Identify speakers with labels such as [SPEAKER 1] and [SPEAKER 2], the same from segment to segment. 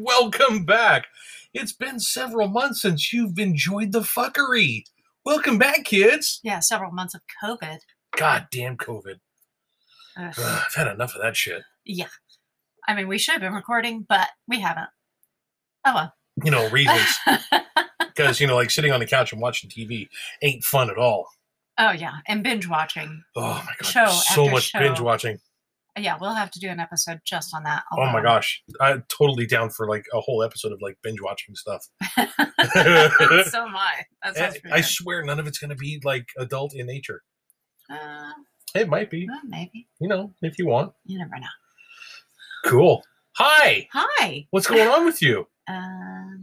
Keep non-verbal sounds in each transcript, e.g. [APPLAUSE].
[SPEAKER 1] welcome back. It's been several months since you've enjoyed the fuckery. Welcome back, kids.
[SPEAKER 2] Yeah, several months of COVID.
[SPEAKER 1] Goddamn COVID.
[SPEAKER 2] Ugh.
[SPEAKER 1] Ugh, I've had enough of that shit.
[SPEAKER 2] yeah. I mean, we should have been recording, but we haven't. Oh
[SPEAKER 1] You know,
[SPEAKER 2] well.
[SPEAKER 1] reasons. Because, you know, like sitting on the couch and watching TV ain't fun at all.
[SPEAKER 2] [LAUGHS] oh, yeah. And binge watching.
[SPEAKER 1] Oh my god,
[SPEAKER 2] Show
[SPEAKER 1] so
[SPEAKER 2] after
[SPEAKER 1] much
[SPEAKER 2] show.
[SPEAKER 1] binge watching.
[SPEAKER 2] Yeah, we'll have to do an episode just on that.
[SPEAKER 1] Oh my
[SPEAKER 2] alone.
[SPEAKER 1] gosh, I'm totally down for like a whole episode of like binge watching
[SPEAKER 2] [LAUGHS]
[SPEAKER 1] stuff. [LAUGHS]
[SPEAKER 2] so am I. That sounds
[SPEAKER 1] I,
[SPEAKER 2] pretty
[SPEAKER 1] Eh, I
[SPEAKER 2] good.
[SPEAKER 1] swear, none of it's going to be like adult in nature.
[SPEAKER 2] Uh,
[SPEAKER 1] It might be,
[SPEAKER 2] well, maybe.
[SPEAKER 1] you know, if you want.
[SPEAKER 2] You never know.
[SPEAKER 1] Cool. Hi.
[SPEAKER 2] Hi.
[SPEAKER 1] What's going on with you?
[SPEAKER 2] Uh,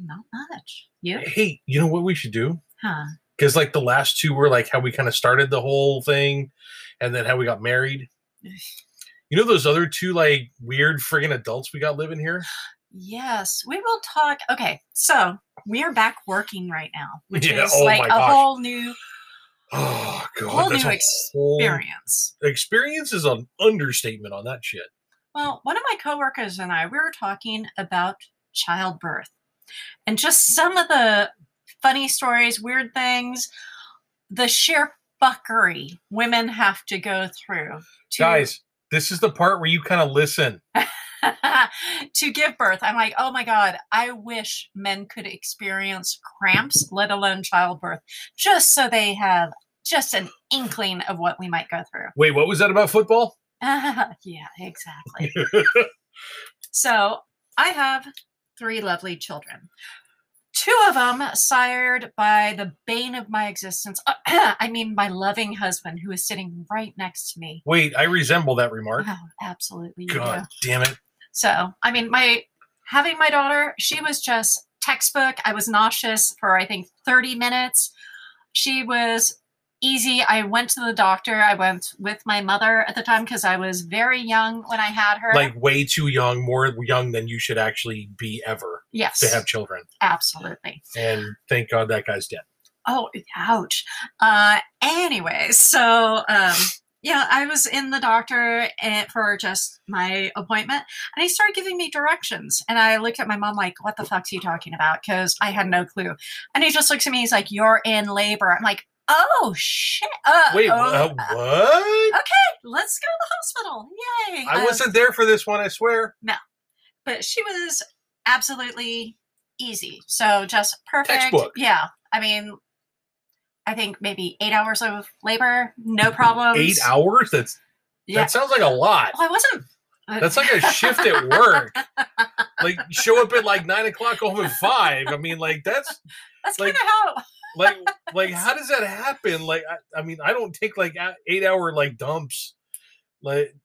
[SPEAKER 2] not much. You?
[SPEAKER 1] Hey, you know what we should do?
[SPEAKER 2] Huh.
[SPEAKER 1] Because like the last two were like how we kind of started the whole thing, and then how we got married. [SIGHS] You know those other two like weird friggin' adults we got living here?
[SPEAKER 2] Yes, we will talk. Okay, so we are back working right now, which
[SPEAKER 1] [LAUGHS] Yeah,
[SPEAKER 2] is
[SPEAKER 1] oh
[SPEAKER 2] like
[SPEAKER 1] my
[SPEAKER 2] a
[SPEAKER 1] gosh.
[SPEAKER 2] whole new
[SPEAKER 1] [SIGHS] Oh god,
[SPEAKER 2] whole
[SPEAKER 1] that's
[SPEAKER 2] new
[SPEAKER 1] a whole-
[SPEAKER 2] experience.
[SPEAKER 1] experience is an understatement on that shit.
[SPEAKER 2] Well, one of my coworkers and I we were talking about childbirth and just some of the funny stories, weird things, the sheer fuckery women have to go through to
[SPEAKER 1] Guys, this is the part where you kind of listen.
[SPEAKER 2] [LAUGHS] to give birth. I'm like, oh my God, I wish men could experience cramps, let alone childbirth, just so they have just an inkling of what we might go through.
[SPEAKER 1] Wait, what was that about football?
[SPEAKER 2] [LAUGHS] yeah,
[SPEAKER 1] [LAUGHS]
[SPEAKER 2] exactly. So I have three lovely children. Two of them sired by the bane of my existence. [CLEARS THROAT] I mean, my loving husband who is sitting right next to me.
[SPEAKER 1] Wait, I resemble that remark.
[SPEAKER 2] Oh, absolutely. you do.
[SPEAKER 1] God damn it.
[SPEAKER 2] So, I mean, my having my daughter, she was just textbook. I was nauseous for I think 30 minutes. She was easy. I went to the doctor. I went with my mother at the time because I was very young when I had her.
[SPEAKER 1] Like way too young, more young than you should actually be ever
[SPEAKER 2] yes,
[SPEAKER 1] to have children.
[SPEAKER 2] absolutely.
[SPEAKER 1] And thank God that guy's dead.
[SPEAKER 2] Oh, ouch. Uh, anyway, so um, yeah, I was in the doctor and, for just my appointment, and he started giving me directions. And I looked at my mom like, "What the fuck's he talking about?" Because I had no clue. And he just looks at me. He's like, "You're in labor." I'm like, "Oh shit! Uh,
[SPEAKER 1] Wait,
[SPEAKER 2] oh,
[SPEAKER 1] uh, what?
[SPEAKER 2] let's go to the hospital! Yay!"
[SPEAKER 1] I
[SPEAKER 2] Uh,
[SPEAKER 1] wasn't there for this one, I swear.
[SPEAKER 2] but she was absolutely easy. So just perfect.
[SPEAKER 1] Textbook.
[SPEAKER 2] Yeah. I mean, I think maybe eight hours of labor, no problems.
[SPEAKER 1] Eight hours? That's
[SPEAKER 2] um, Yeah.
[SPEAKER 1] that sounds like a lot.
[SPEAKER 2] well, I wasn't. uh,
[SPEAKER 1] That's like a shift at
[SPEAKER 2] [LAUGHS]
[SPEAKER 1] work. Like show up at like nine o'clock, go home at five. I mean, like that's
[SPEAKER 2] That's
[SPEAKER 1] like-
[SPEAKER 2] kind of how.
[SPEAKER 1] like like how does that happen like i, I mean i don't take like a- eight hour like dumps like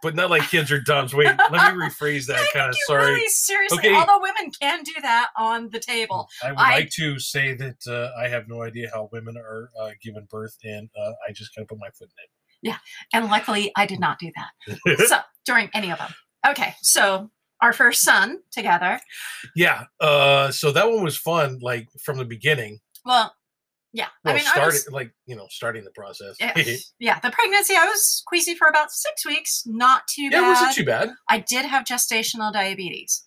[SPEAKER 1] but not like kids are dumps wait let me
[SPEAKER 2] [LAUGHS]
[SPEAKER 1] rephrase
[SPEAKER 2] I
[SPEAKER 1] that
[SPEAKER 2] think
[SPEAKER 1] kind of
[SPEAKER 2] you
[SPEAKER 1] sorry
[SPEAKER 2] really seriously,
[SPEAKER 1] Okay.
[SPEAKER 2] although women can do that on the table.
[SPEAKER 1] i would
[SPEAKER 2] I-
[SPEAKER 1] like to say that uh, i have no idea how women are uh, given birth and uh, i just gotta put my foot
[SPEAKER 2] And luckily, I did not do
[SPEAKER 1] in
[SPEAKER 2] that.
[SPEAKER 1] [LAUGHS] it
[SPEAKER 2] so, during any of them. Okay. So, our first son together.
[SPEAKER 1] yeah uh, so that one was fun like from the beginning
[SPEAKER 2] Well, yeah.
[SPEAKER 1] well
[SPEAKER 2] I mean, I
[SPEAKER 1] started
[SPEAKER 2] was,
[SPEAKER 1] like you know starting the process
[SPEAKER 2] Yeah,
[SPEAKER 1] [LAUGHS] yeah, it
[SPEAKER 2] yeah, the pregnancy, I was queasy for about six weeks. Not too bad.
[SPEAKER 1] wasn't too bad
[SPEAKER 2] I did have gestational diabetes.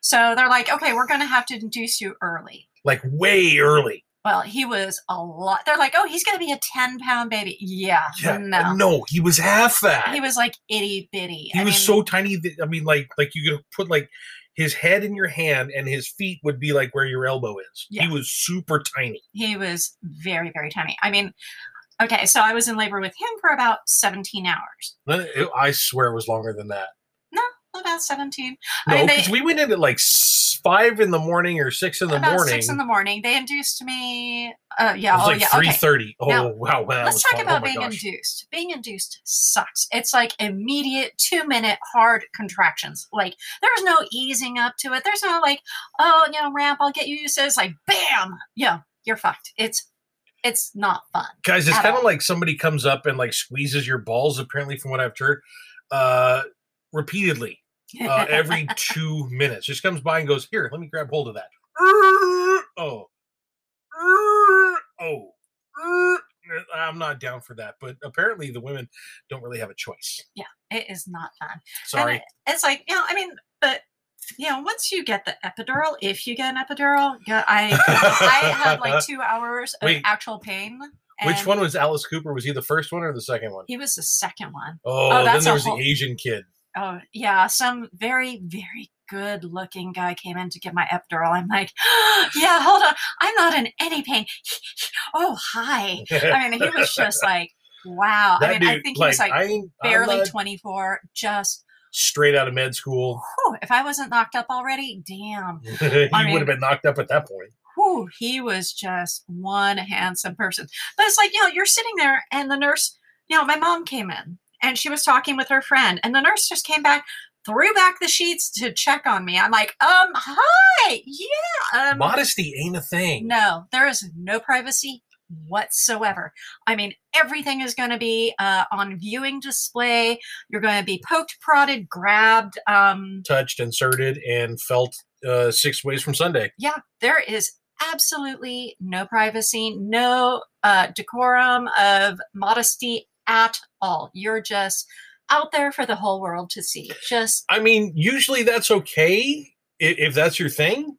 [SPEAKER 2] So they're like, okay, we're going to have to induce you early.
[SPEAKER 1] like way early
[SPEAKER 2] Well, he was a lot. They're like, oh, he's going to be a 10 pound baby. Yeah.
[SPEAKER 1] yeah
[SPEAKER 2] no.
[SPEAKER 1] he was half that
[SPEAKER 2] He was like itty bitty.
[SPEAKER 1] He
[SPEAKER 2] I
[SPEAKER 1] was
[SPEAKER 2] mean,
[SPEAKER 1] so tiny that I mean, like, like you could put like his head in your hand, and his feet would be like where your elbow is.
[SPEAKER 2] Yeah.
[SPEAKER 1] He was super tiny.
[SPEAKER 2] He was very, very tiny. I mean, okay, so I was in labor with him for about 17 hours.
[SPEAKER 1] None of- it- I swear it was longer than that.
[SPEAKER 2] About 17. I
[SPEAKER 1] No,
[SPEAKER 2] mean, they-
[SPEAKER 1] because we went in at like s- five in the morning or six in the
[SPEAKER 2] about
[SPEAKER 1] morning.
[SPEAKER 2] six in the morning. They induced me. Uh,
[SPEAKER 1] it
[SPEAKER 2] yeah.
[SPEAKER 1] was
[SPEAKER 2] oh,
[SPEAKER 1] like
[SPEAKER 2] yeah.
[SPEAKER 1] three
[SPEAKER 2] okay.
[SPEAKER 1] thirty. Oh
[SPEAKER 2] Now,
[SPEAKER 1] wow, wow! that
[SPEAKER 2] Let's
[SPEAKER 1] was
[SPEAKER 2] talk
[SPEAKER 1] fun.
[SPEAKER 2] about
[SPEAKER 1] oh, my
[SPEAKER 2] being
[SPEAKER 1] gosh.
[SPEAKER 2] induced. Being induced sucks. It's like immediate two minute hard contractions. Like there's no easing up to it. There's no like, oh, you know, ramp, I'll get you used to it. It's like bam, yeah, you're fucked. It's it's not fun.
[SPEAKER 1] Guys, it's
[SPEAKER 2] at
[SPEAKER 1] kind of
[SPEAKER 2] all.
[SPEAKER 1] like somebody comes up and like squeezes your balls. Apparently, from what I've heard, uh,
[SPEAKER 2] [LAUGHS]
[SPEAKER 1] repeatedly uh, every two minutes, just comes by and goes, "Here, let me grab hold of
[SPEAKER 2] [LAUGHS]
[SPEAKER 1] that." Oh, oh, I'm not down for that. But apparently, the women don't really have a choice.
[SPEAKER 2] it is not fun. And
[SPEAKER 1] Sorry,
[SPEAKER 2] it- it's like, you know, I mean, but you know, once you get the epidural, if you get an epidural, yeah, I I
[SPEAKER 1] [LAUGHS]
[SPEAKER 2] had like two hours of
[SPEAKER 1] Wait.
[SPEAKER 2] actual pain.
[SPEAKER 1] Which
[SPEAKER 2] and
[SPEAKER 1] one was Alice Cooper? Was he the first one or the second one?
[SPEAKER 2] He was the second one.
[SPEAKER 1] Oh, then
[SPEAKER 2] that's
[SPEAKER 1] there
[SPEAKER 2] a
[SPEAKER 1] was
[SPEAKER 2] whole-
[SPEAKER 1] the Asian kid.
[SPEAKER 2] Oh yeah, some very very good looking guy came in to get my epidural. I'm like, [GASPS] yeah, hold on, I'm not in any pain. [LAUGHS] oh hi. I mean, he was
[SPEAKER 1] [LAUGHS]
[SPEAKER 2] just like, wow. I mean, I think he was like
[SPEAKER 1] I ain't- I'm
[SPEAKER 2] barely
[SPEAKER 1] not
[SPEAKER 2] 24, just
[SPEAKER 1] straight out of med school. [LAUGHS]
[SPEAKER 2] whew, if I wasn't knocked up already, damn.
[SPEAKER 1] he
[SPEAKER 2] I
[SPEAKER 1] would have been knocked up at that point.
[SPEAKER 2] Whew, he was just one handsome person. But it's like, you know, you're sitting there and the nurse, you know, my mom came in and she was talking with her friend, and the nurse just came back, threw back the sheets to check on me. I'm like, um, hi, yeah. Um,
[SPEAKER 1] Modesty ain't a thing.
[SPEAKER 2] No, there is no privacy whatsoever. I mean, everything is going to be uh, on viewing display. You're going to be poked, prodded, grabbed. Um,
[SPEAKER 1] Touched, inserted, and felt uh, six ways from Sunday.
[SPEAKER 2] yeah, there is absolutely no privacy, no uh, decorum of modesty at all. You're just out there for the whole world to see. Just
[SPEAKER 1] I mean, usually that's okay if, if that's your thing,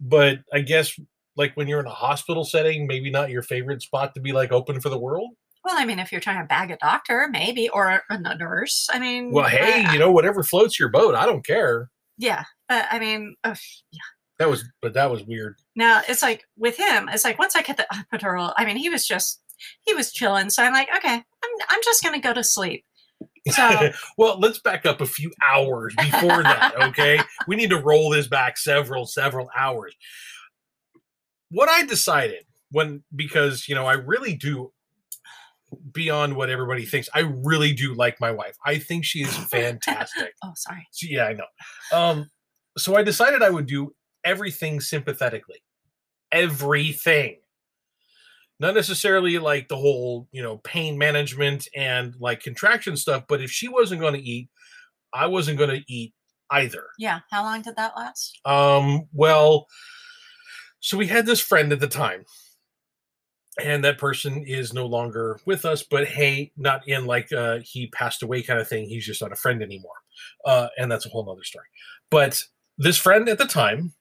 [SPEAKER 1] but I guess like when you're in a hospital setting, maybe not your favorite spot to be like open for the world.
[SPEAKER 2] well, I mean, if you're trying to bag a doctor, maybe or a nurse. I mean,
[SPEAKER 1] Well,
[SPEAKER 2] I-
[SPEAKER 1] hey,
[SPEAKER 2] I-
[SPEAKER 1] you know, whatever floats your boat, I don't care.
[SPEAKER 2] yeah. But I mean, ugh,
[SPEAKER 1] That was, but that was weird.
[SPEAKER 2] Now it's like with him, it's like once I get the [LAUGHS] epidural, I mean, he was just he was chilling. So I'm like, okay, I'm I'm just gonna go to sleep.
[SPEAKER 1] [LAUGHS]
[SPEAKER 2] So
[SPEAKER 1] well, let's back up a few hours before that, okay? we need to roll this back several, several hours. What I decided when, because, you know, I really do, beyond what everybody thinks, I really do like my wife. I think she is fantastic.
[SPEAKER 2] oh sorry.
[SPEAKER 1] So, yeah, I know. Um, so I decided I would do everything sympathetically. Everything. Not necessarily like the whole, you know, pain management and like contraction stuff, but if she wasn't going to eat, I wasn't going to eat either.
[SPEAKER 2] Yeah. How long did that last?
[SPEAKER 1] Um, well, so we had this friend at the time, and that person is no longer with us, but hey, not in like uh he passed away kind of thing. He's just not a friend anymore. Uh, and that's a whole nother story. But this friend at the time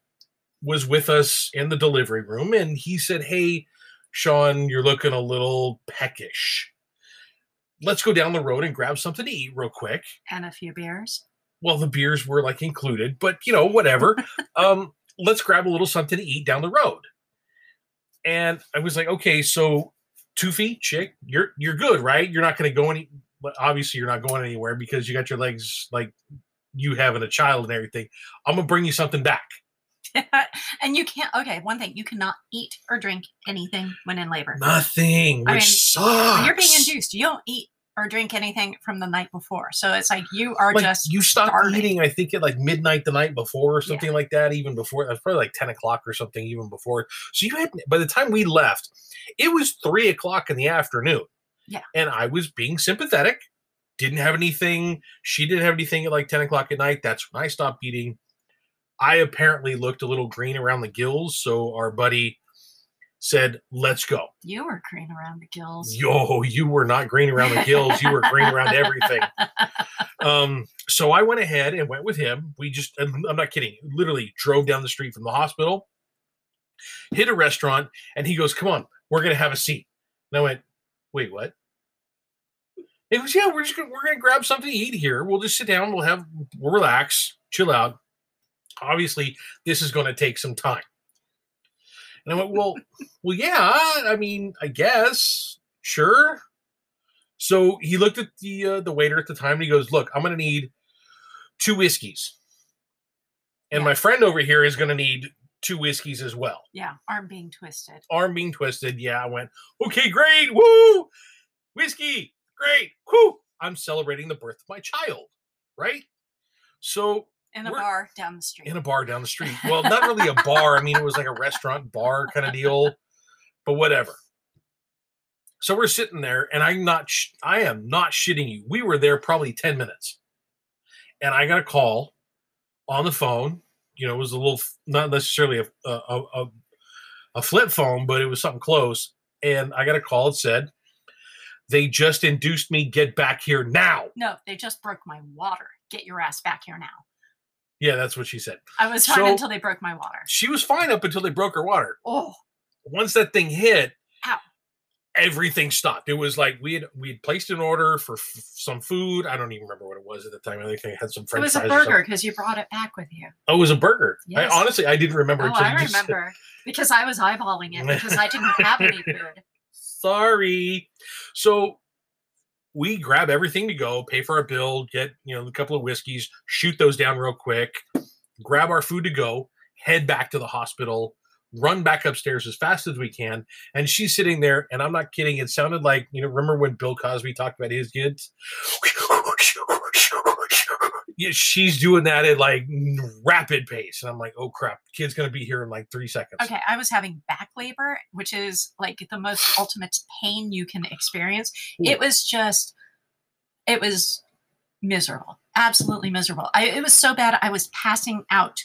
[SPEAKER 1] was with us in the delivery room, and he said, Hey, Sean, you're looking a little peckish. Let's go down the road and grab something to eat real quick
[SPEAKER 2] And a few beers.
[SPEAKER 1] well the beers were like included but you know
[SPEAKER 2] [LAUGHS]
[SPEAKER 1] whatever um let's grab a little something to eat down the road and i was like okay so two feet chick you're you're good right you're not going to go any but obviously you're not going anywhere because you got your legs like you having a child and everything i'm gonna bring you something back
[SPEAKER 2] and you can't okay, one thing, you cannot eat or drink anything when in labor.
[SPEAKER 1] nothing which
[SPEAKER 2] I mean,
[SPEAKER 1] sucks
[SPEAKER 2] When you're being induced, you don't eat or drink anything from the night before. So it's like you are
[SPEAKER 1] like,
[SPEAKER 2] just
[SPEAKER 1] you stopped
[SPEAKER 2] starving.
[SPEAKER 1] eating, I think at like midnight the night before or something like that, even before that was probably like 10 o'clock or something, even before. So you had by the time we left, it was three o'clock in the afternoon.
[SPEAKER 2] Yeah.
[SPEAKER 1] And I was being sympathetic, didn't have anything. She didn't have anything at like 10 o'clock at night. That's when I stopped eating. I apparently looked a little green around the gills, so our buddy said, Let's go.
[SPEAKER 2] you were green around the gills.
[SPEAKER 1] Yo, you were not green around the gills. You were green around everything. Um, so I went ahead and went with him. We just, I'm I'm not kidding, literally drove down the street from the hospital, hit a restaurant, and he goes, Come on, we're going to have a seat. And I went, Wait, what? He goes, Yeah, we're just gonna, we're going to grab something to eat here. We'll just sit down. We'll have, we'll relax, chill out. Obviously, this is going to take some time. And I went, Well, well, yeah, I mean, I guess sure. So he looked at the uh, the waiter at the time and he goes, "Look, I'm going to need two whiskeys." And
[SPEAKER 2] Yeah.
[SPEAKER 1] my friend over here is going to need two whiskeys as well.
[SPEAKER 2] Yeah, arm being twisted.
[SPEAKER 1] Arm being twisted. Yeah, I went, "Okay, great. Woo! Whiskey. Great. Woo! I'm celebrating the birth of my child, right?" So
[SPEAKER 2] In a
[SPEAKER 1] We're-
[SPEAKER 2] bar down the street.
[SPEAKER 1] in a bar down the street. Well, not really a bar. I mean, it was like a restaurant bar kind of deal, but whatever. So we're sitting there, and I'm not. Sh- I am not shitting you. We were there probably ten minutes, and I got a call on the phone. You know, it was a little, f- not necessarily a a, a, a- a flip phone, but it was something close. And I got a call. It said, "They just induced me. Get back here now."
[SPEAKER 2] No, they just broke my water. Get your ass back here now.
[SPEAKER 1] Yeah, that's what she said.
[SPEAKER 2] I was fine
[SPEAKER 1] So-
[SPEAKER 2] until they broke my water.
[SPEAKER 1] She was fine up until they broke her water.
[SPEAKER 2] Oh,
[SPEAKER 1] once that thing hit,
[SPEAKER 2] Ow.
[SPEAKER 1] everything stopped. It was like we had we had placed an order for f- some food. I don't even remember what it was at the time. I think they had some
[SPEAKER 2] it
[SPEAKER 1] French
[SPEAKER 2] was a
[SPEAKER 1] fries or something.
[SPEAKER 2] burger because you brought it back with you.
[SPEAKER 1] Oh, it was a burger.
[SPEAKER 2] Yes.
[SPEAKER 1] I honestly I didn't remember.
[SPEAKER 2] Oh,
[SPEAKER 1] until
[SPEAKER 2] I
[SPEAKER 1] you just said-
[SPEAKER 2] remember because I was eyeballing it because
[SPEAKER 1] [LAUGHS]
[SPEAKER 2] I didn't have any food.
[SPEAKER 1] Sorry. So we grab everything to go, pay for our bill, get you know a couple of whiskeys, shoot those down real quick, grab our food to go, head back to the hospital, run back upstairs as fast as we can. And she's sitting there, and I'm not kidding. It sounded like you know remember when Bill Cosby talked about his kids? [LAUGHS] Yeah, she's doing that at like rapid pace, and I'm like, oh crap, kid's gonna be here in like three seconds.
[SPEAKER 2] Okay, I was having back labor, which is like the most ultimate pain you can experience.
[SPEAKER 1] Ooh.
[SPEAKER 2] It was just, it was miserable, absolutely miserable. I, it was so bad, I was passing out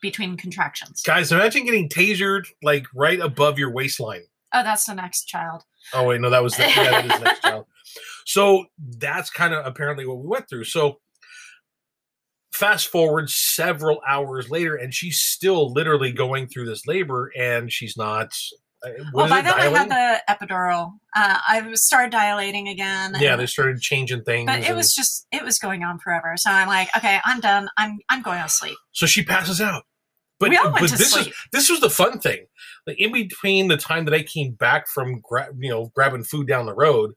[SPEAKER 2] between contractions.
[SPEAKER 1] Guys, imagine getting tasered like right above your waistline.
[SPEAKER 2] Oh, that's the next child.
[SPEAKER 1] Oh wait, no, that was the, yeah, that is the next
[SPEAKER 2] [LAUGHS]
[SPEAKER 1] child. So that's kind of apparently what we went through. So fast forward several hours later, and she's still literally going through this labor, and she's not. uh,
[SPEAKER 2] Well,
[SPEAKER 1] What
[SPEAKER 2] by
[SPEAKER 1] is
[SPEAKER 2] then
[SPEAKER 1] it?
[SPEAKER 2] I
[SPEAKER 1] Dilating?
[SPEAKER 2] had the epidural. Uh, I was started dilating again.
[SPEAKER 1] yeah,
[SPEAKER 2] [LAUGHS] and-
[SPEAKER 1] they started changing things.
[SPEAKER 2] but it
[SPEAKER 1] and-
[SPEAKER 2] was just it was going on forever. So I'm like, okay, I'm done. I'm I'm going to sleep.
[SPEAKER 1] so she passes out. But,
[SPEAKER 2] we all went
[SPEAKER 1] but
[SPEAKER 2] to
[SPEAKER 1] this
[SPEAKER 2] sleep.
[SPEAKER 1] is this was the fun thing. Like in between the time that I came back from gra- you know grabbing food down the road,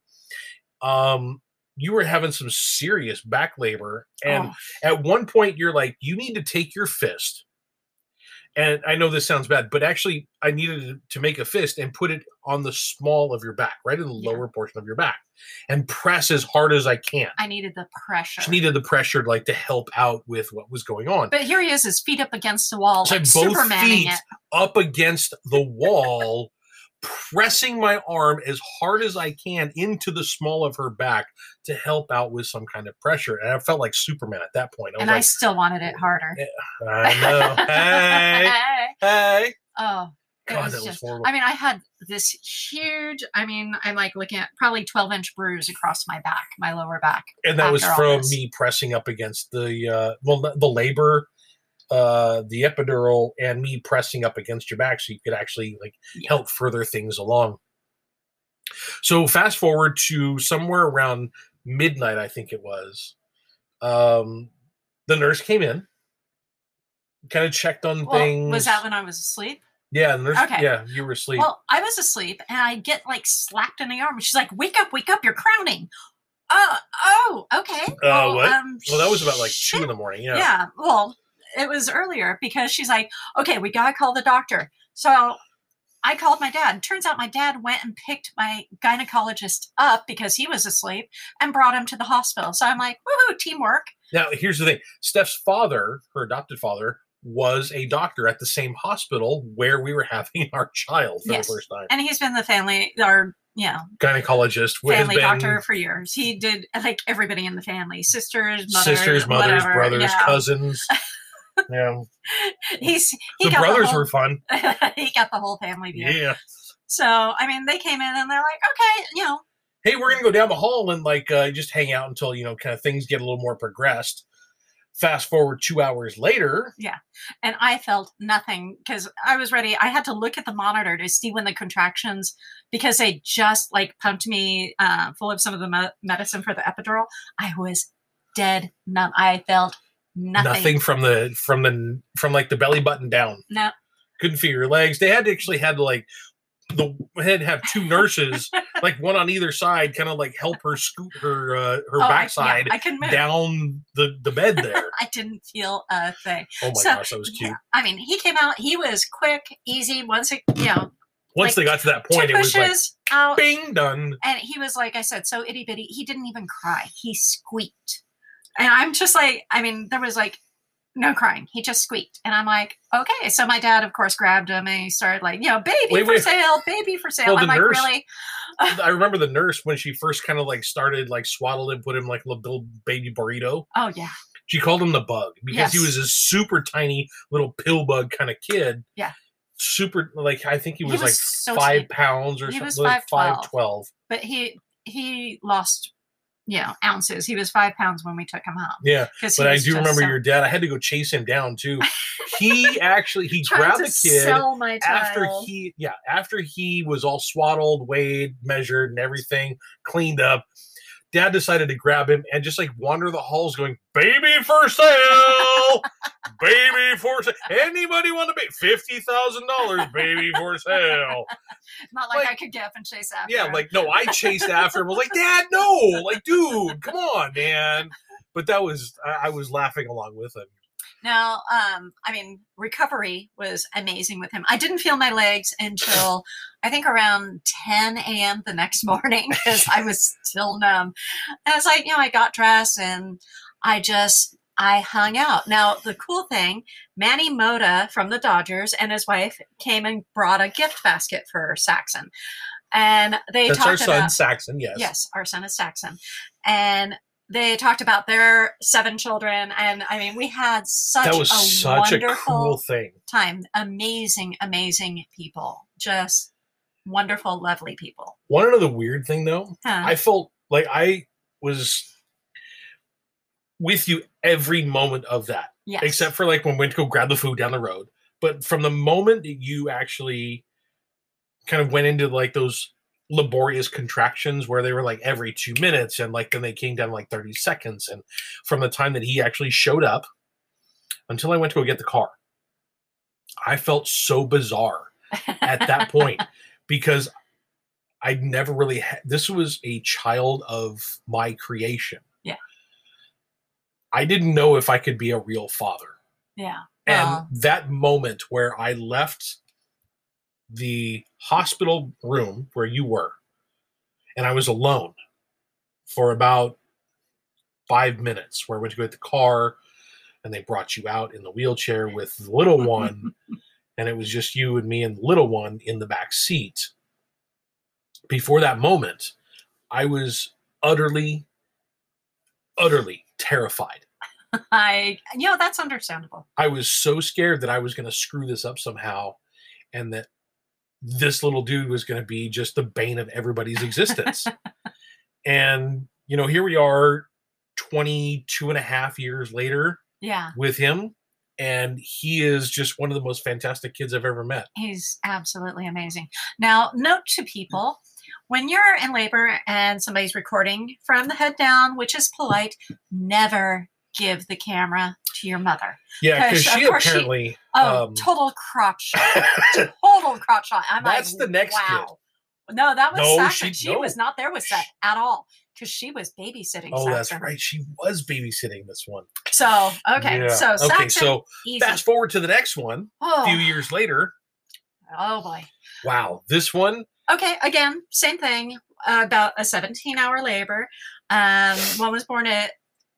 [SPEAKER 1] um, you were having some serious back labor, and
[SPEAKER 2] Oh,
[SPEAKER 1] at one point you're like you need to take your fist and i know this sounds bad but actually i needed to- to make a fist and put it on the small of your back right in the
[SPEAKER 2] Yeah.
[SPEAKER 1] lower portion of your back and press as hard as i can
[SPEAKER 2] I needed the pressure.
[SPEAKER 1] she needed the pressure like to help out with what was going on
[SPEAKER 2] but here he is, his feet up against the wall,
[SPEAKER 1] It's
[SPEAKER 2] like
[SPEAKER 1] like both
[SPEAKER 2] Supermaning
[SPEAKER 1] feet.
[SPEAKER 2] it.
[SPEAKER 1] up against the wall pressing my arm as hard as i can into the small of her back to help out with some kind of pressure and i felt like superman at that point i was
[SPEAKER 2] And I still wanted it harder.
[SPEAKER 1] like i know
[SPEAKER 2] [LAUGHS]
[SPEAKER 1] hey hey
[SPEAKER 2] oh, it
[SPEAKER 1] God,
[SPEAKER 2] was
[SPEAKER 1] that was
[SPEAKER 2] just.
[SPEAKER 1] horrible.
[SPEAKER 2] I mean, I had this huge. I mean, I'm like looking at probably 12 inch bruise across my back, my lower back.
[SPEAKER 1] and that was
[SPEAKER 2] after all
[SPEAKER 1] from
[SPEAKER 2] this.
[SPEAKER 1] me pressing up against the uh, well, the- the labor, uh, the epidural, and me pressing up against your back, so you could actually like
[SPEAKER 2] Yeah.
[SPEAKER 1] help further things along. So fast forward to somewhere around midnight, I think it was. Um, the nurse came in, kind of checked on
[SPEAKER 2] Well,
[SPEAKER 1] things.
[SPEAKER 2] was that when I was asleep?
[SPEAKER 1] yeah, the nurse.
[SPEAKER 2] Okay.
[SPEAKER 1] Yeah, you were asleep.
[SPEAKER 2] Well, I was asleep and I get like slapped in the arm. She's like, "Wake up, wake up! You're crowning." Oh, oh, okay. well,
[SPEAKER 1] Uh, what?
[SPEAKER 2] Um,
[SPEAKER 1] well, that was about like
[SPEAKER 2] shit.
[SPEAKER 1] two in the morning.
[SPEAKER 2] Yeah.
[SPEAKER 1] Yeah.
[SPEAKER 2] Well, it was earlier because she's like, "Okay, we gotta call the doctor." So I called my dad. Turns out my dad went and picked my gynecologist up because he was asleep and brought him to the hospital. So I'm like, "Woohoo, teamwork!"
[SPEAKER 1] Now, here's the thing Steph's father, her adopted father, was a doctor at the same hospital where we were [LAUGHS] having our child for
[SPEAKER 2] Yes.
[SPEAKER 1] the first time.
[SPEAKER 2] And he's been the family or you know
[SPEAKER 1] Gynecologist, who has
[SPEAKER 2] family
[SPEAKER 1] been
[SPEAKER 2] doctor for years. He did like everybody in the family, sisters, mothers,
[SPEAKER 1] sisters, mothers,
[SPEAKER 2] whatever,
[SPEAKER 1] brothers,
[SPEAKER 2] yeah. [LAUGHS]
[SPEAKER 1] cousins. Yeah,
[SPEAKER 2] He's he
[SPEAKER 1] the
[SPEAKER 2] got
[SPEAKER 1] brothers
[SPEAKER 2] the whole,
[SPEAKER 1] were fun.
[SPEAKER 2] [LAUGHS] he got the whole family view.
[SPEAKER 1] Yeah.
[SPEAKER 2] So I mean, they came in and they're like, okay, you know,
[SPEAKER 1] Hey, we're gonna go down the hall and like uh, just hang out until you know, kind of things get a little more progressed. Fast forward two hours later.
[SPEAKER 2] and I felt nothing because I was ready. I had to look at the monitor to see when the contractions, because they just like pumped me uh, full of some of the me- medicine for the epidural. I was dead numb. I felt nothing.
[SPEAKER 1] nothing from the from the from like the belly button down.
[SPEAKER 2] No.
[SPEAKER 1] couldn't feel your legs. They had to actually had to like the had to have two
[SPEAKER 2] [LAUGHS]
[SPEAKER 1] nurses, like one on either side, kind of like help her scoot her uh, her
[SPEAKER 2] Oh, I- yeah,
[SPEAKER 1] backside
[SPEAKER 2] I, couldn't move.
[SPEAKER 1] down the the bed there.
[SPEAKER 2] I didn't feel a thing.
[SPEAKER 1] Oh my
[SPEAKER 2] So,
[SPEAKER 1] gosh, that was cute.
[SPEAKER 2] yeah, I mean, he came out. He was quick, easy. Once it, you know,
[SPEAKER 1] Once
[SPEAKER 2] like,
[SPEAKER 1] they got to that point,
[SPEAKER 2] two
[SPEAKER 1] it was
[SPEAKER 2] pushes
[SPEAKER 1] like
[SPEAKER 2] out,
[SPEAKER 1] bing done.
[SPEAKER 2] and he was like I said, so itty bitty. He didn't even cry. He squeaked, and I'm just like, I mean, there was like no crying. He just squeaked, and I'm like, okay. So my dad, of course, grabbed him and he started like, you know, baby
[SPEAKER 1] Wait,
[SPEAKER 2] for
[SPEAKER 1] wait.
[SPEAKER 2] sale, baby for sale.
[SPEAKER 1] Well, the
[SPEAKER 2] I'm like,
[SPEAKER 1] nurse-
[SPEAKER 2] really?
[SPEAKER 1] I remember the nurse when she first kind of like started like swaddled him, put him like a little baby burrito.
[SPEAKER 2] Oh yeah,
[SPEAKER 1] She called him the bug because he
[SPEAKER 2] Yes.
[SPEAKER 1] was a super tiny little pill bug kind of kid.
[SPEAKER 2] Yeah.
[SPEAKER 1] Super like I think he was,
[SPEAKER 2] he was
[SPEAKER 1] like
[SPEAKER 2] so
[SPEAKER 1] five
[SPEAKER 2] sweet,
[SPEAKER 1] pounds or
[SPEAKER 2] He
[SPEAKER 1] something
[SPEAKER 2] was
[SPEAKER 1] like
[SPEAKER 2] 5'12".
[SPEAKER 1] five twelve.
[SPEAKER 2] but he he lost you know, ounces. He was five pounds when we took him home.
[SPEAKER 1] Yeah.
[SPEAKER 2] 'cause he
[SPEAKER 1] But I
[SPEAKER 2] was
[SPEAKER 1] do
[SPEAKER 2] just
[SPEAKER 1] remember
[SPEAKER 2] so-
[SPEAKER 1] your dad. I had to go chase him down
[SPEAKER 2] [LAUGHS]
[SPEAKER 1] too. He actually he
[SPEAKER 2] trying
[SPEAKER 1] grabbed
[SPEAKER 2] to
[SPEAKER 1] the kid
[SPEAKER 2] sell my
[SPEAKER 1] after
[SPEAKER 2] child.
[SPEAKER 1] he yeah after he was all swaddled, weighed, measured, and everything cleaned up. Dad decided to grab him and just like wander the halls, going "Baby for sale, baby for sale. Anybody want to be fifty thousand dollars? Baby for sale."
[SPEAKER 2] Not like, I
[SPEAKER 1] like-
[SPEAKER 2] could get up and chase after.
[SPEAKER 1] Yeah,
[SPEAKER 2] him.
[SPEAKER 1] like no, I chased after him. I was like, Dad, no, like, dude, come on, man. But that was I, I was laughing along with him.
[SPEAKER 2] Now, um, I mean, recovery was amazing with him. I didn't feel my legs until I think around 10 a.m. the next [LAUGHS] morning because I was still numb. And it's like, you know, I got dressed and I just. I hung out. Now, the cool thing, Manny Moda from the Dodgers and his wife came and brought a gift basket for Saxon. And they
[SPEAKER 1] That's
[SPEAKER 2] talked
[SPEAKER 1] our son,
[SPEAKER 2] about
[SPEAKER 1] Saxon. Yes.
[SPEAKER 2] Yes, our son is Saxon. And they talked about their seven children. And I mean, we had such
[SPEAKER 1] that was
[SPEAKER 2] a
[SPEAKER 1] such a
[SPEAKER 2] wonderful
[SPEAKER 1] cool thing.
[SPEAKER 2] time. Amazing, amazing people. Just wonderful, lovely people.
[SPEAKER 1] One another weird thing though,
[SPEAKER 2] Huh.
[SPEAKER 1] I felt like I was with you every moment of that.
[SPEAKER 2] yes.
[SPEAKER 1] except for like when we went to go grab the food down the road. But from the moment that you actually kind of went into like those laborious contractions where they were like every two minutes and like then they came down like 30 seconds. And from the time that he actually showed up until I went to go get the car, I felt so bizarre at that point because I never really had this was a child of my creation.
[SPEAKER 2] Yeah.
[SPEAKER 1] I didn't know if I could be a real father.
[SPEAKER 2] yeah.
[SPEAKER 1] And
[SPEAKER 2] Well-
[SPEAKER 1] that moment where I left the hospital room where you were and I was alone for about five minutes, where I went to go get the car and they brought you out in the wheelchair with the little one. and it was just you and me and the little one in the back seat. Before that moment, I was utterly, utterly terrified.
[SPEAKER 2] [LAUGHS] I, you know, that's understandable.
[SPEAKER 1] I was so scared that I was going to screw this up somehow and that this little dude was going to be just the bane of everybody's
[SPEAKER 2] [LAUGHS]
[SPEAKER 1] existence. and, you know, here we are 22 and a half years later
[SPEAKER 2] Yeah.
[SPEAKER 1] with him. And he is just one of the most fantastic kids I've ever met.
[SPEAKER 2] He's absolutely amazing. Now, note to people when you're in labor and somebody's recording from the head down, which is polite, never give the camera to your mother.
[SPEAKER 1] Yeah,
[SPEAKER 2] Because,
[SPEAKER 1] because she
[SPEAKER 2] of course, she- [LAUGHS]
[SPEAKER 1] apparently. [LAUGHS]
[SPEAKER 2] Oh,
[SPEAKER 1] um,
[SPEAKER 2] total
[SPEAKER 1] [COUGHS]
[SPEAKER 2] crotch shot. total crotch shot. I'm
[SPEAKER 1] That's
[SPEAKER 2] like,
[SPEAKER 1] the next kid.
[SPEAKER 2] wow. No, that was
[SPEAKER 1] No,
[SPEAKER 2] Saxon.
[SPEAKER 1] she-
[SPEAKER 2] She,
[SPEAKER 1] no.
[SPEAKER 2] was not there with that at all because she was babysitting.
[SPEAKER 1] oh, that's
[SPEAKER 2] Saxon.
[SPEAKER 1] right. She was babysitting this one.
[SPEAKER 2] So okay,
[SPEAKER 1] Yeah.
[SPEAKER 2] so Saxon,
[SPEAKER 1] okay. So
[SPEAKER 2] easy.
[SPEAKER 1] fast forward to the next one. A few
[SPEAKER 2] oh,
[SPEAKER 1] years later.
[SPEAKER 2] oh boy.
[SPEAKER 1] Wow, this one
[SPEAKER 2] Okay, again, same thing uh, about a 17-hour labor. Um, one was born at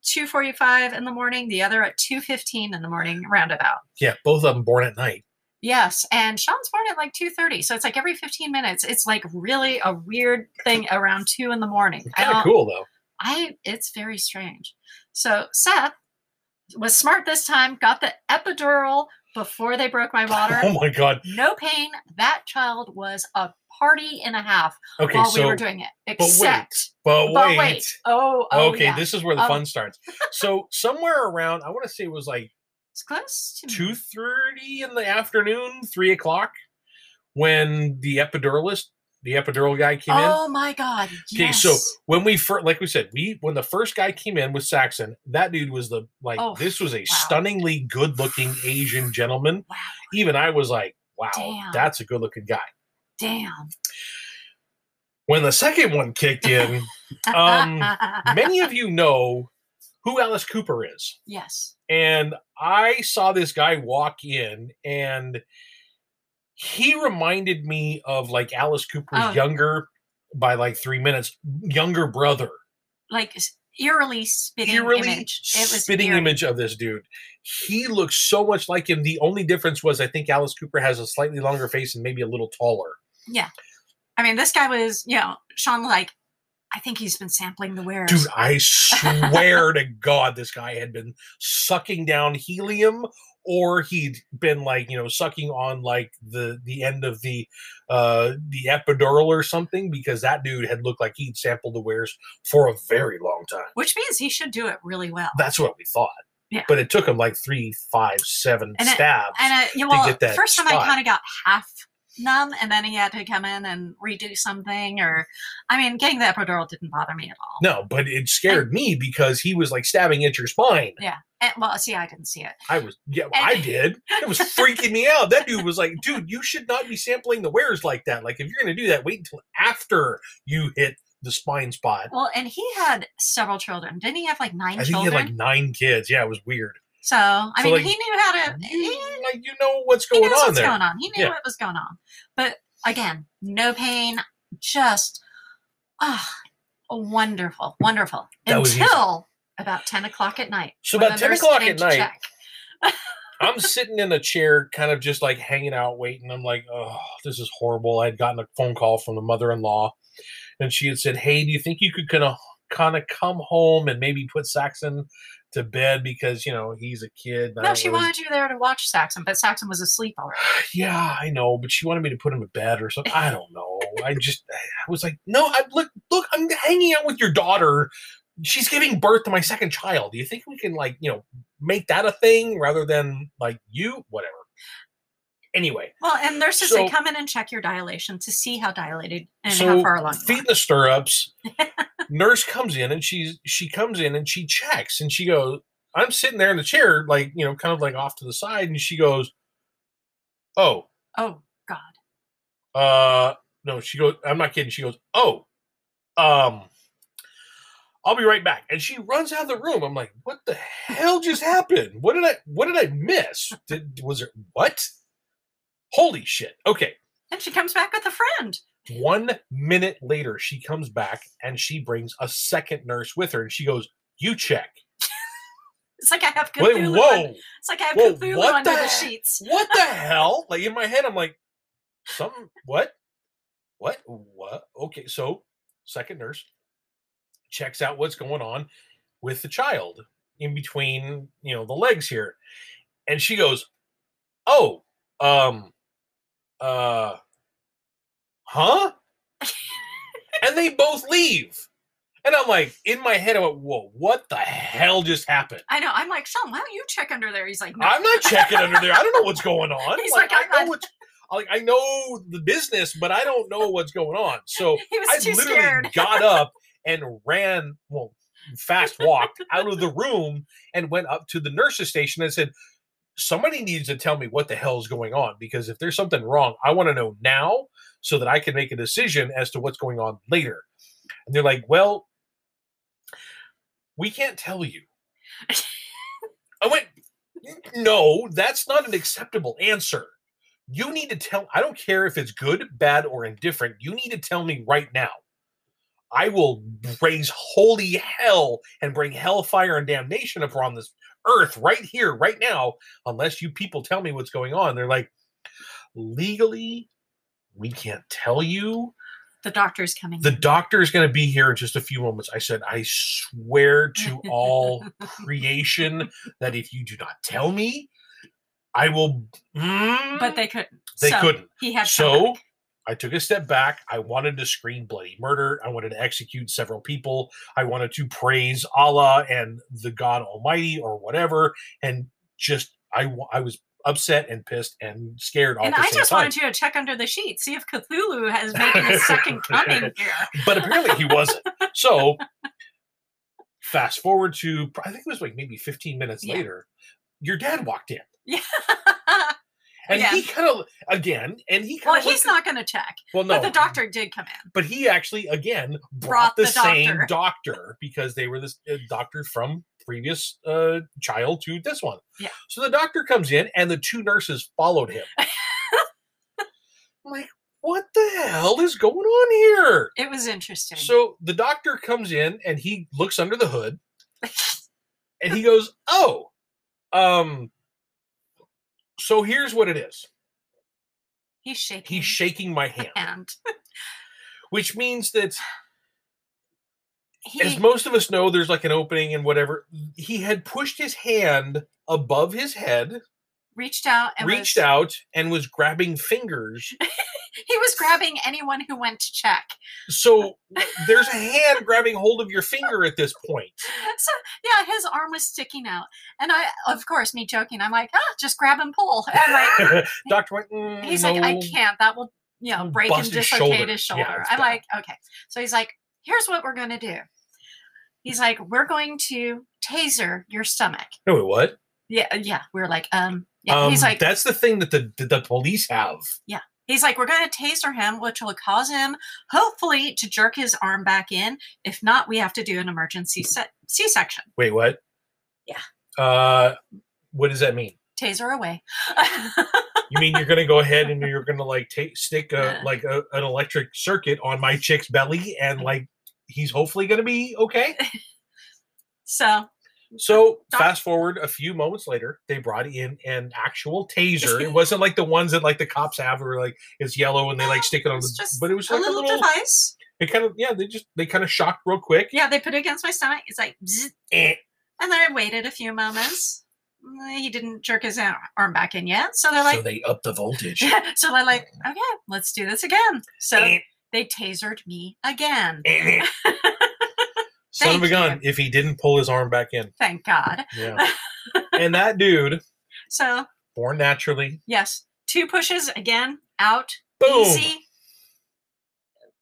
[SPEAKER 2] 2:45 in the morning, the other at 2:15 in the morning, roundabout.
[SPEAKER 1] Yeah, both of them born at night.
[SPEAKER 2] Yes, and Sean's born at like two thirty, so it's like every fifteen minutes. It's like really a weird thing around two in the morning. I
[SPEAKER 1] Kind of
[SPEAKER 2] don't-
[SPEAKER 1] cool though.
[SPEAKER 2] I it's very strange. So Seth was smart this time. Got the epidural before they broke my water.
[SPEAKER 1] [LAUGHS] Oh my god.
[SPEAKER 2] No pain. That child was a party and a half
[SPEAKER 1] Okay,
[SPEAKER 2] while
[SPEAKER 1] so
[SPEAKER 2] we were doing it.
[SPEAKER 1] wait,
[SPEAKER 2] Except,
[SPEAKER 1] but,
[SPEAKER 2] but
[SPEAKER 1] wait.
[SPEAKER 2] oh, oh
[SPEAKER 1] okay,
[SPEAKER 2] yeah.
[SPEAKER 1] this is where the
[SPEAKER 2] Um,
[SPEAKER 1] fun starts. So somewhere around, I want to say it was
[SPEAKER 2] [LAUGHS]
[SPEAKER 1] like
[SPEAKER 2] it's close to
[SPEAKER 1] two thirty in the afternoon, three o'clock, when the epiduralist, the epidural guy came in.
[SPEAKER 2] Oh my god!
[SPEAKER 1] Okay,
[SPEAKER 2] Yes.
[SPEAKER 1] so when we first, like we said, we when the first guy came in with Saxon, that dude was the like
[SPEAKER 2] Oh,
[SPEAKER 1] this was a stunningly good-looking Asian gentleman.
[SPEAKER 2] Wow.
[SPEAKER 1] Even I was like, wow,
[SPEAKER 2] Damn.
[SPEAKER 1] that's a good-looking guy.
[SPEAKER 2] damn.
[SPEAKER 1] When the second one kicked in,
[SPEAKER 2] [LAUGHS]
[SPEAKER 1] um, many of you know who Alice Cooper is.
[SPEAKER 2] yes.
[SPEAKER 1] And I saw this guy walk in and he reminded me of like Alice Cooper's
[SPEAKER 2] Oh.
[SPEAKER 1] younger by like three minutes, younger brother.
[SPEAKER 2] like s- eerily spitting
[SPEAKER 1] Eerily
[SPEAKER 2] image. It was
[SPEAKER 1] spitting
[SPEAKER 2] eerie.
[SPEAKER 1] image of this dude. He looks so much like him. The only difference was I think Alice Cooper has a slightly longer face and maybe a little taller.
[SPEAKER 2] I mean, this guy was, you know, Sean like I think he's been sampling the wares.
[SPEAKER 1] Dude, I swear to God, this guy had been sucking down helium, or he'd been like, you know, sucking on like the the end of the uh the epidural or something, because that dude had looked like he'd sampled the wares for a very long time.
[SPEAKER 2] which means he should do it really well.
[SPEAKER 1] That's what we thought.
[SPEAKER 2] Yeah.
[SPEAKER 1] But it took him like three, five, seven
[SPEAKER 2] And it-
[SPEAKER 1] stabs.
[SPEAKER 2] And uh, yeah, well,
[SPEAKER 1] get that
[SPEAKER 2] first time I
[SPEAKER 1] spot.
[SPEAKER 2] kind of got half numb, and then he had to come in and redo something. Or, I mean, getting the epidural didn't bother me at all.
[SPEAKER 1] no, but it scared me because he was like stabbing at your spine.
[SPEAKER 2] And, well, see, I didn't see it.
[SPEAKER 1] I was, yeah, well, I
[SPEAKER 2] And-
[SPEAKER 1] did. It was freaking me out. That dude was like, dude, you should not be sampling the wares like that. Like, if you're going to do that, wait until after you hit the spine spot.
[SPEAKER 2] Well, and he had several children. Didn't he have like nine
[SPEAKER 1] I think he
[SPEAKER 2] children?
[SPEAKER 1] had like nine kids. Yeah, it was weird.
[SPEAKER 2] so, I
[SPEAKER 1] so,
[SPEAKER 2] mean,
[SPEAKER 1] like,
[SPEAKER 2] he knew how to. He,
[SPEAKER 1] You, like, you know what's
[SPEAKER 2] he
[SPEAKER 1] going
[SPEAKER 2] knows
[SPEAKER 1] on
[SPEAKER 2] what's
[SPEAKER 1] there.
[SPEAKER 2] going on. He knew
[SPEAKER 1] Yeah.
[SPEAKER 2] what was going on. But again, no pain, just ah, wonderful, wonderful.
[SPEAKER 1] That was easy.
[SPEAKER 2] Until about ten o'clock at night.
[SPEAKER 1] So
[SPEAKER 2] when
[SPEAKER 1] about
[SPEAKER 2] the
[SPEAKER 1] 10
[SPEAKER 2] nurse
[SPEAKER 1] o'clock
[SPEAKER 2] came
[SPEAKER 1] at
[SPEAKER 2] to
[SPEAKER 1] night,
[SPEAKER 2] check.
[SPEAKER 1] I'm sitting in a chair, kind of just like hanging out, waiting. I'm like, oh, this is horrible. I had gotten a phone call from the mother in law, and she had said, hey, do you think you could kind of kind of come home and maybe put Saxon to bed because you know he's a kid. and I
[SPEAKER 2] No,
[SPEAKER 1] don't
[SPEAKER 2] she
[SPEAKER 1] really
[SPEAKER 2] wanted you there to watch Saxon, but Saxon was asleep already.
[SPEAKER 1] yeah, I know, but she wanted me to put him to bed or something. I don't know. I just, I was like, no, I, look, look, I'm hanging out with your daughter. She's giving birth to my second child. Do you think we can like, you know, make that a thing rather than like you, whatever. Anyway,
[SPEAKER 2] Well, and nurses they
[SPEAKER 1] So-
[SPEAKER 2] come in and check your dilation to see how dilated and how
[SPEAKER 1] so
[SPEAKER 2] far along. you
[SPEAKER 1] feet in the stirrups.
[SPEAKER 2] [LAUGHS]
[SPEAKER 1] nurse comes in and she's she comes in and she checks and she goes. I'm sitting there in the chair, like you know, kind of like off to the side, and she goes, "Oh,
[SPEAKER 2] are. Oh God.
[SPEAKER 1] uh no she goes i'm not kidding she goes oh um i'll be right back and she runs out of the room i'm like what the hell just happened what did i what did i miss did, was it what holy shit okay
[SPEAKER 2] And she comes back with a friend.
[SPEAKER 1] one minute later she comes back and she brings a second nurse with her and she goes you check
[SPEAKER 2] It's like I have
[SPEAKER 1] Wait,
[SPEAKER 2] Cthulhu.
[SPEAKER 1] whoa
[SPEAKER 2] un- it's like I have
[SPEAKER 1] whoa,
[SPEAKER 2] Cthulhu
[SPEAKER 1] what
[SPEAKER 2] under
[SPEAKER 1] the
[SPEAKER 2] the
[SPEAKER 1] he-
[SPEAKER 2] sheets.
[SPEAKER 1] what the hell? Like in my head, I'm like, something, what? What? What? Okay, so second nurse checks out what's going on with the child in between, you know, the legs here. And she goes, Oh, um, uh, huh? and they both leave. And I'm like, in my head, I went, whoa, what the hell just happened?
[SPEAKER 2] I know. I'm like, Sean, why don't you check under there? He's like, no.
[SPEAKER 1] I'm not checking under there. I don't know what's going on.
[SPEAKER 2] [LAUGHS] He's
[SPEAKER 1] like,
[SPEAKER 2] like, I'm
[SPEAKER 1] I know
[SPEAKER 2] not-
[SPEAKER 1] what's like I know the business, but I don't know what's going on. So
[SPEAKER 2] [LAUGHS] he was
[SPEAKER 1] I
[SPEAKER 2] too
[SPEAKER 1] literally
[SPEAKER 2] scared. [LAUGHS]
[SPEAKER 1] got up and ran, well, fast walked out of the room and went up to the nurse's station and said, Somebody needs to tell me what the hell is going on because if there's something wrong, I want to know now so that I can make a decision as to what's going on later. And they're like, Well, we can't tell
[SPEAKER 2] [LAUGHS]
[SPEAKER 1] you. I went, "N- No, that's not an acceptable answer. You need to tell, I don't care if it's good, bad, or indifferent. You need to tell me right now. I will raise holy hell and bring hellfire and damnation upon this earth right here, right now, unless you people tell me what's going on. They're like, legally, we can't tell you.
[SPEAKER 2] The doctor's coming.
[SPEAKER 1] The doctor is going to be here in just a few moments. I said, I swear to all creation that if you do not tell me, I will.
[SPEAKER 2] but they couldn't.
[SPEAKER 1] they
[SPEAKER 2] so
[SPEAKER 1] couldn't.
[SPEAKER 2] He had to come
[SPEAKER 1] So
[SPEAKER 2] back.
[SPEAKER 1] I took a step back. I wanted to scream bloody murder. I wanted to execute several people. I wanted to praise Allah and the God Almighty or whatever. And just, I, wa- I was upset and pissed and scared all
[SPEAKER 2] And
[SPEAKER 1] at the
[SPEAKER 2] I
[SPEAKER 1] same
[SPEAKER 2] just
[SPEAKER 1] time.
[SPEAKER 2] wanted you to check under the sheets, see if
[SPEAKER 1] [LAUGHS]
[SPEAKER 2] Cthulhu has making his second coming here. [LAUGHS]
[SPEAKER 1] but apparently he wasn't. So fast forward to I think it was like maybe 15 minutes
[SPEAKER 2] Yeah.
[SPEAKER 1] later, your dad walked in.
[SPEAKER 2] Yeah.
[SPEAKER 1] And
[SPEAKER 2] Yeah.
[SPEAKER 1] he kind of again, and he kind
[SPEAKER 2] Well,
[SPEAKER 1] of
[SPEAKER 2] he's not going to check.
[SPEAKER 1] well no
[SPEAKER 2] But the doctor did come in.
[SPEAKER 1] but he actually again brought,
[SPEAKER 2] Brought
[SPEAKER 1] the,
[SPEAKER 2] the
[SPEAKER 1] same
[SPEAKER 2] doctor.
[SPEAKER 1] doctor because they were this uh, doctor from previous uh, child to this one.
[SPEAKER 2] Yeah.
[SPEAKER 1] So the doctor comes in and the two nurses followed him. I'm like, what the hell is going on here?
[SPEAKER 2] It was interesting.
[SPEAKER 1] So the doctor comes in and he looks under the hood and he goes, "Oh, um, so here's what it is."
[SPEAKER 2] [LAUGHS] he's shaking. [LAUGHS]
[SPEAKER 1] He's shaking my hand,
[SPEAKER 2] and
[SPEAKER 1] which means that
[SPEAKER 2] he
[SPEAKER 1] as most of us know, there's like an opening and whatever. He had pushed his hand above his head,
[SPEAKER 2] reached out and
[SPEAKER 1] reached
[SPEAKER 2] was,
[SPEAKER 1] out, and was grabbing fingers.
[SPEAKER 2] He was grabbing anyone who went to check. [LAUGHS]
[SPEAKER 1] So there's a hand grabbing hold of your finger at this point. [LAUGHS]
[SPEAKER 2] So yeah, his arm was sticking out, and I, of course, me joking, I'm like, ah, just grab and pull. [LAUGHS] And like,
[SPEAKER 1] Doctor went. "Mm,
[SPEAKER 2] he's
[SPEAKER 1] no."
[SPEAKER 2] like, I can't. That will, you know,
[SPEAKER 1] It'll
[SPEAKER 2] break
[SPEAKER 1] bust
[SPEAKER 2] and
[SPEAKER 1] his
[SPEAKER 2] dislocate
[SPEAKER 1] shoulder.
[SPEAKER 2] his
[SPEAKER 1] Yeah,
[SPEAKER 2] shoulder.
[SPEAKER 1] it's
[SPEAKER 2] I'm
[SPEAKER 1] bad.
[SPEAKER 2] like, okay. So he's like, here's what we're gonna do. He's like, we're going to taser your stomach.
[SPEAKER 1] No, wait, what?
[SPEAKER 2] Yeah, uh, yeah. We're like, um, yeah.
[SPEAKER 1] um,
[SPEAKER 2] he's like,
[SPEAKER 1] that's the thing that the that the police have.
[SPEAKER 2] He's like, we're going to taser him, which will cause him, hopefully, to jerk his arm back in. If not, we have to do an emergency se- C-section.
[SPEAKER 1] Wait, what?
[SPEAKER 2] Yeah.
[SPEAKER 1] Uh, what does that mean?
[SPEAKER 2] Taser away. [LAUGHS]
[SPEAKER 1] You mean you're gonna go ahead and you're gonna like take stick a
[SPEAKER 2] Yeah.
[SPEAKER 1] like a, an electric circuit on my chick's belly
[SPEAKER 2] Mm-hmm.
[SPEAKER 1] and like he's hopefully gonna be okay? Um,
[SPEAKER 2] so,
[SPEAKER 1] So
[SPEAKER 2] Doc-
[SPEAKER 1] fast forward a few moments later, they brought in an actual
[SPEAKER 2] [LAUGHS]
[SPEAKER 1] taser. It wasn't like the ones that like the cops have where like it's yellow and they like stick it on
[SPEAKER 2] it's
[SPEAKER 1] the
[SPEAKER 2] just
[SPEAKER 1] but it was
[SPEAKER 2] a
[SPEAKER 1] like
[SPEAKER 2] little, device.
[SPEAKER 1] it kind of yeah, they just they kind of shocked real quick.
[SPEAKER 2] Yeah, they put it against my stomach. It's like, bzzz.
[SPEAKER 1] Eh.
[SPEAKER 2] and then I waited a few moments. Eh, He didn't jerk his ar- arm back in yet. So they're
[SPEAKER 1] so
[SPEAKER 2] like,
[SPEAKER 1] they up the
[SPEAKER 2] [LAUGHS]
[SPEAKER 1] voltage.
[SPEAKER 2] so they're like, okay, let's do this again. So
[SPEAKER 1] Eh,
[SPEAKER 2] they tasered me again.
[SPEAKER 1] eh, eh. Son of
[SPEAKER 2] Thank
[SPEAKER 1] a
[SPEAKER 2] you.
[SPEAKER 1] gun, if he didn't pull his arm back in.
[SPEAKER 2] Thank God. [LAUGHS]
[SPEAKER 1] Yeah. and that dude,
[SPEAKER 2] So,
[SPEAKER 1] born naturally,
[SPEAKER 2] yes, two pushes again, out,
[SPEAKER 1] boom.
[SPEAKER 2] easy,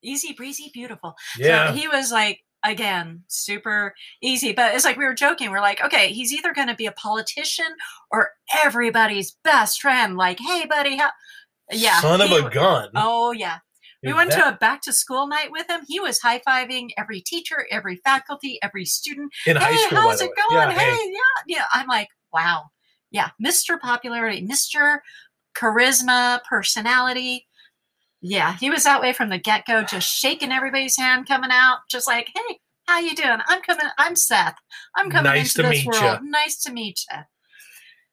[SPEAKER 2] easy breezy, beautiful.
[SPEAKER 1] Yeah.
[SPEAKER 2] So he was like, again, super easy. But it's like we were joking. We're like, okay, he's either going to be a politician or everybody's best friend. Like, hey, buddy, how? Yeah.
[SPEAKER 1] Son of
[SPEAKER 2] he
[SPEAKER 1] a
[SPEAKER 2] wa-
[SPEAKER 1] gun.
[SPEAKER 2] Oh, yeah. We
[SPEAKER 1] Dude,
[SPEAKER 2] went
[SPEAKER 1] that-
[SPEAKER 2] to a back to school night with him. He was high fiving every teacher, every faculty, every student.
[SPEAKER 1] in
[SPEAKER 2] hey,
[SPEAKER 1] high school. by
[SPEAKER 2] how's
[SPEAKER 1] the
[SPEAKER 2] it
[SPEAKER 1] way.
[SPEAKER 2] going?
[SPEAKER 1] Yeah,
[SPEAKER 2] hey, yeah. Yeah. I'm like, wow. Yeah. Mr. Popularity, Mr. Charisma, personality. Yeah. He was that way from the get go, just shaking everybody's hand, coming out, just like, hey, how you doing? I'm coming. I'm Seth. I'm coming
[SPEAKER 1] Nice
[SPEAKER 2] into
[SPEAKER 1] to
[SPEAKER 2] this
[SPEAKER 1] meet ya."
[SPEAKER 2] world. Nice to meet you.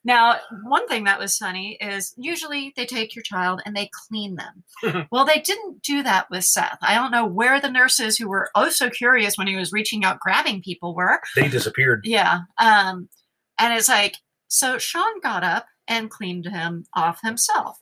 [SPEAKER 2] Now, one thing that was funny is usually they take your child and they clean
[SPEAKER 1] [LAUGHS]
[SPEAKER 2] them. well, they didn't do that with Seth. I don't know where the nurses who were oh so curious when he was reaching out grabbing people were.
[SPEAKER 1] They disappeared.
[SPEAKER 2] Yeah. Um, and it's like, so Sean got up and cleaned him off himself.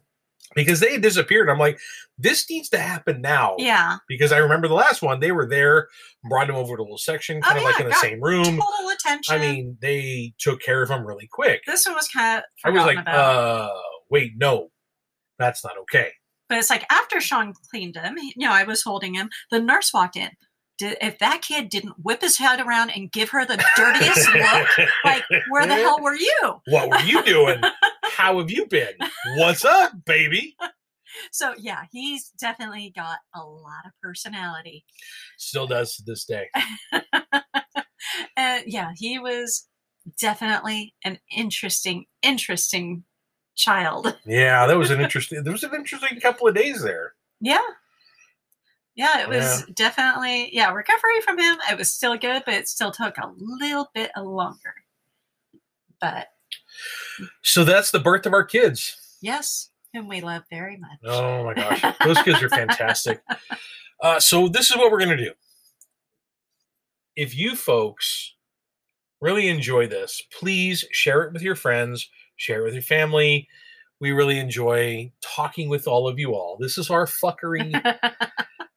[SPEAKER 1] Because they had disappeared. I'm like, this needs to happen now.
[SPEAKER 2] Yeah.
[SPEAKER 1] Because I remember the last one, they were there, brought him over to a little section,
[SPEAKER 2] Oh,
[SPEAKER 1] kind of like
[SPEAKER 2] yeah,
[SPEAKER 1] in the
[SPEAKER 2] got
[SPEAKER 1] same room.
[SPEAKER 2] Total attention.
[SPEAKER 1] I mean, they took care of him really quick.
[SPEAKER 2] this one was kind of
[SPEAKER 1] I was
[SPEAKER 2] forgotten
[SPEAKER 1] like,
[SPEAKER 2] about.
[SPEAKER 1] uh, wait, no, that's not okay.
[SPEAKER 2] but it's like after Sean cleaned him, he- you know, I was holding him. The nurse walked in. Did, if that kid didn't whip his head around and give her the
[SPEAKER 1] [LAUGHS]
[SPEAKER 2] dirtiest look, like, where the hell were you?
[SPEAKER 1] what were you doing? How have you been? What's up, baby?
[SPEAKER 2] So yeah, he's definitely got a lot of personality.
[SPEAKER 1] Still does to this
[SPEAKER 2] [LAUGHS]
[SPEAKER 1] day.
[SPEAKER 2] Uh, yeah, he was definitely an interesting, interesting child.
[SPEAKER 1] Yeah, that was an interesting. There was an interesting couple of days there.
[SPEAKER 2] Yeah. Yeah, it was definitely yeah, recovery from him. It was still good, but it still took a little bit longer. But
[SPEAKER 1] So that's the birth of our kids.
[SPEAKER 2] yes, whom we love very much.
[SPEAKER 1] Oh my gosh, those kids are fantastic. Uh, so this is what we're gonna do. If you folks really enjoy this, please share it with your friends, share it with your family. We really enjoy talking with all of you all. This is our
[SPEAKER 2] [LAUGHS]
[SPEAKER 1] fuckery.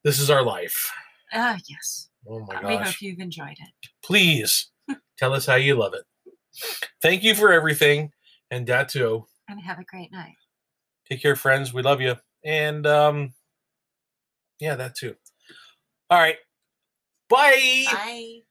[SPEAKER 1] this is our life.
[SPEAKER 2] Ah, yes.
[SPEAKER 1] Oh my
[SPEAKER 2] we hope
[SPEAKER 1] gosh.
[SPEAKER 2] you've enjoyed it.
[SPEAKER 1] Please tell us how you love it. Thank you for everything. And Datu,
[SPEAKER 2] And have a great night.
[SPEAKER 1] take care, friends. We love you. And um, yeah, that too. All right. Bye.
[SPEAKER 2] Bye.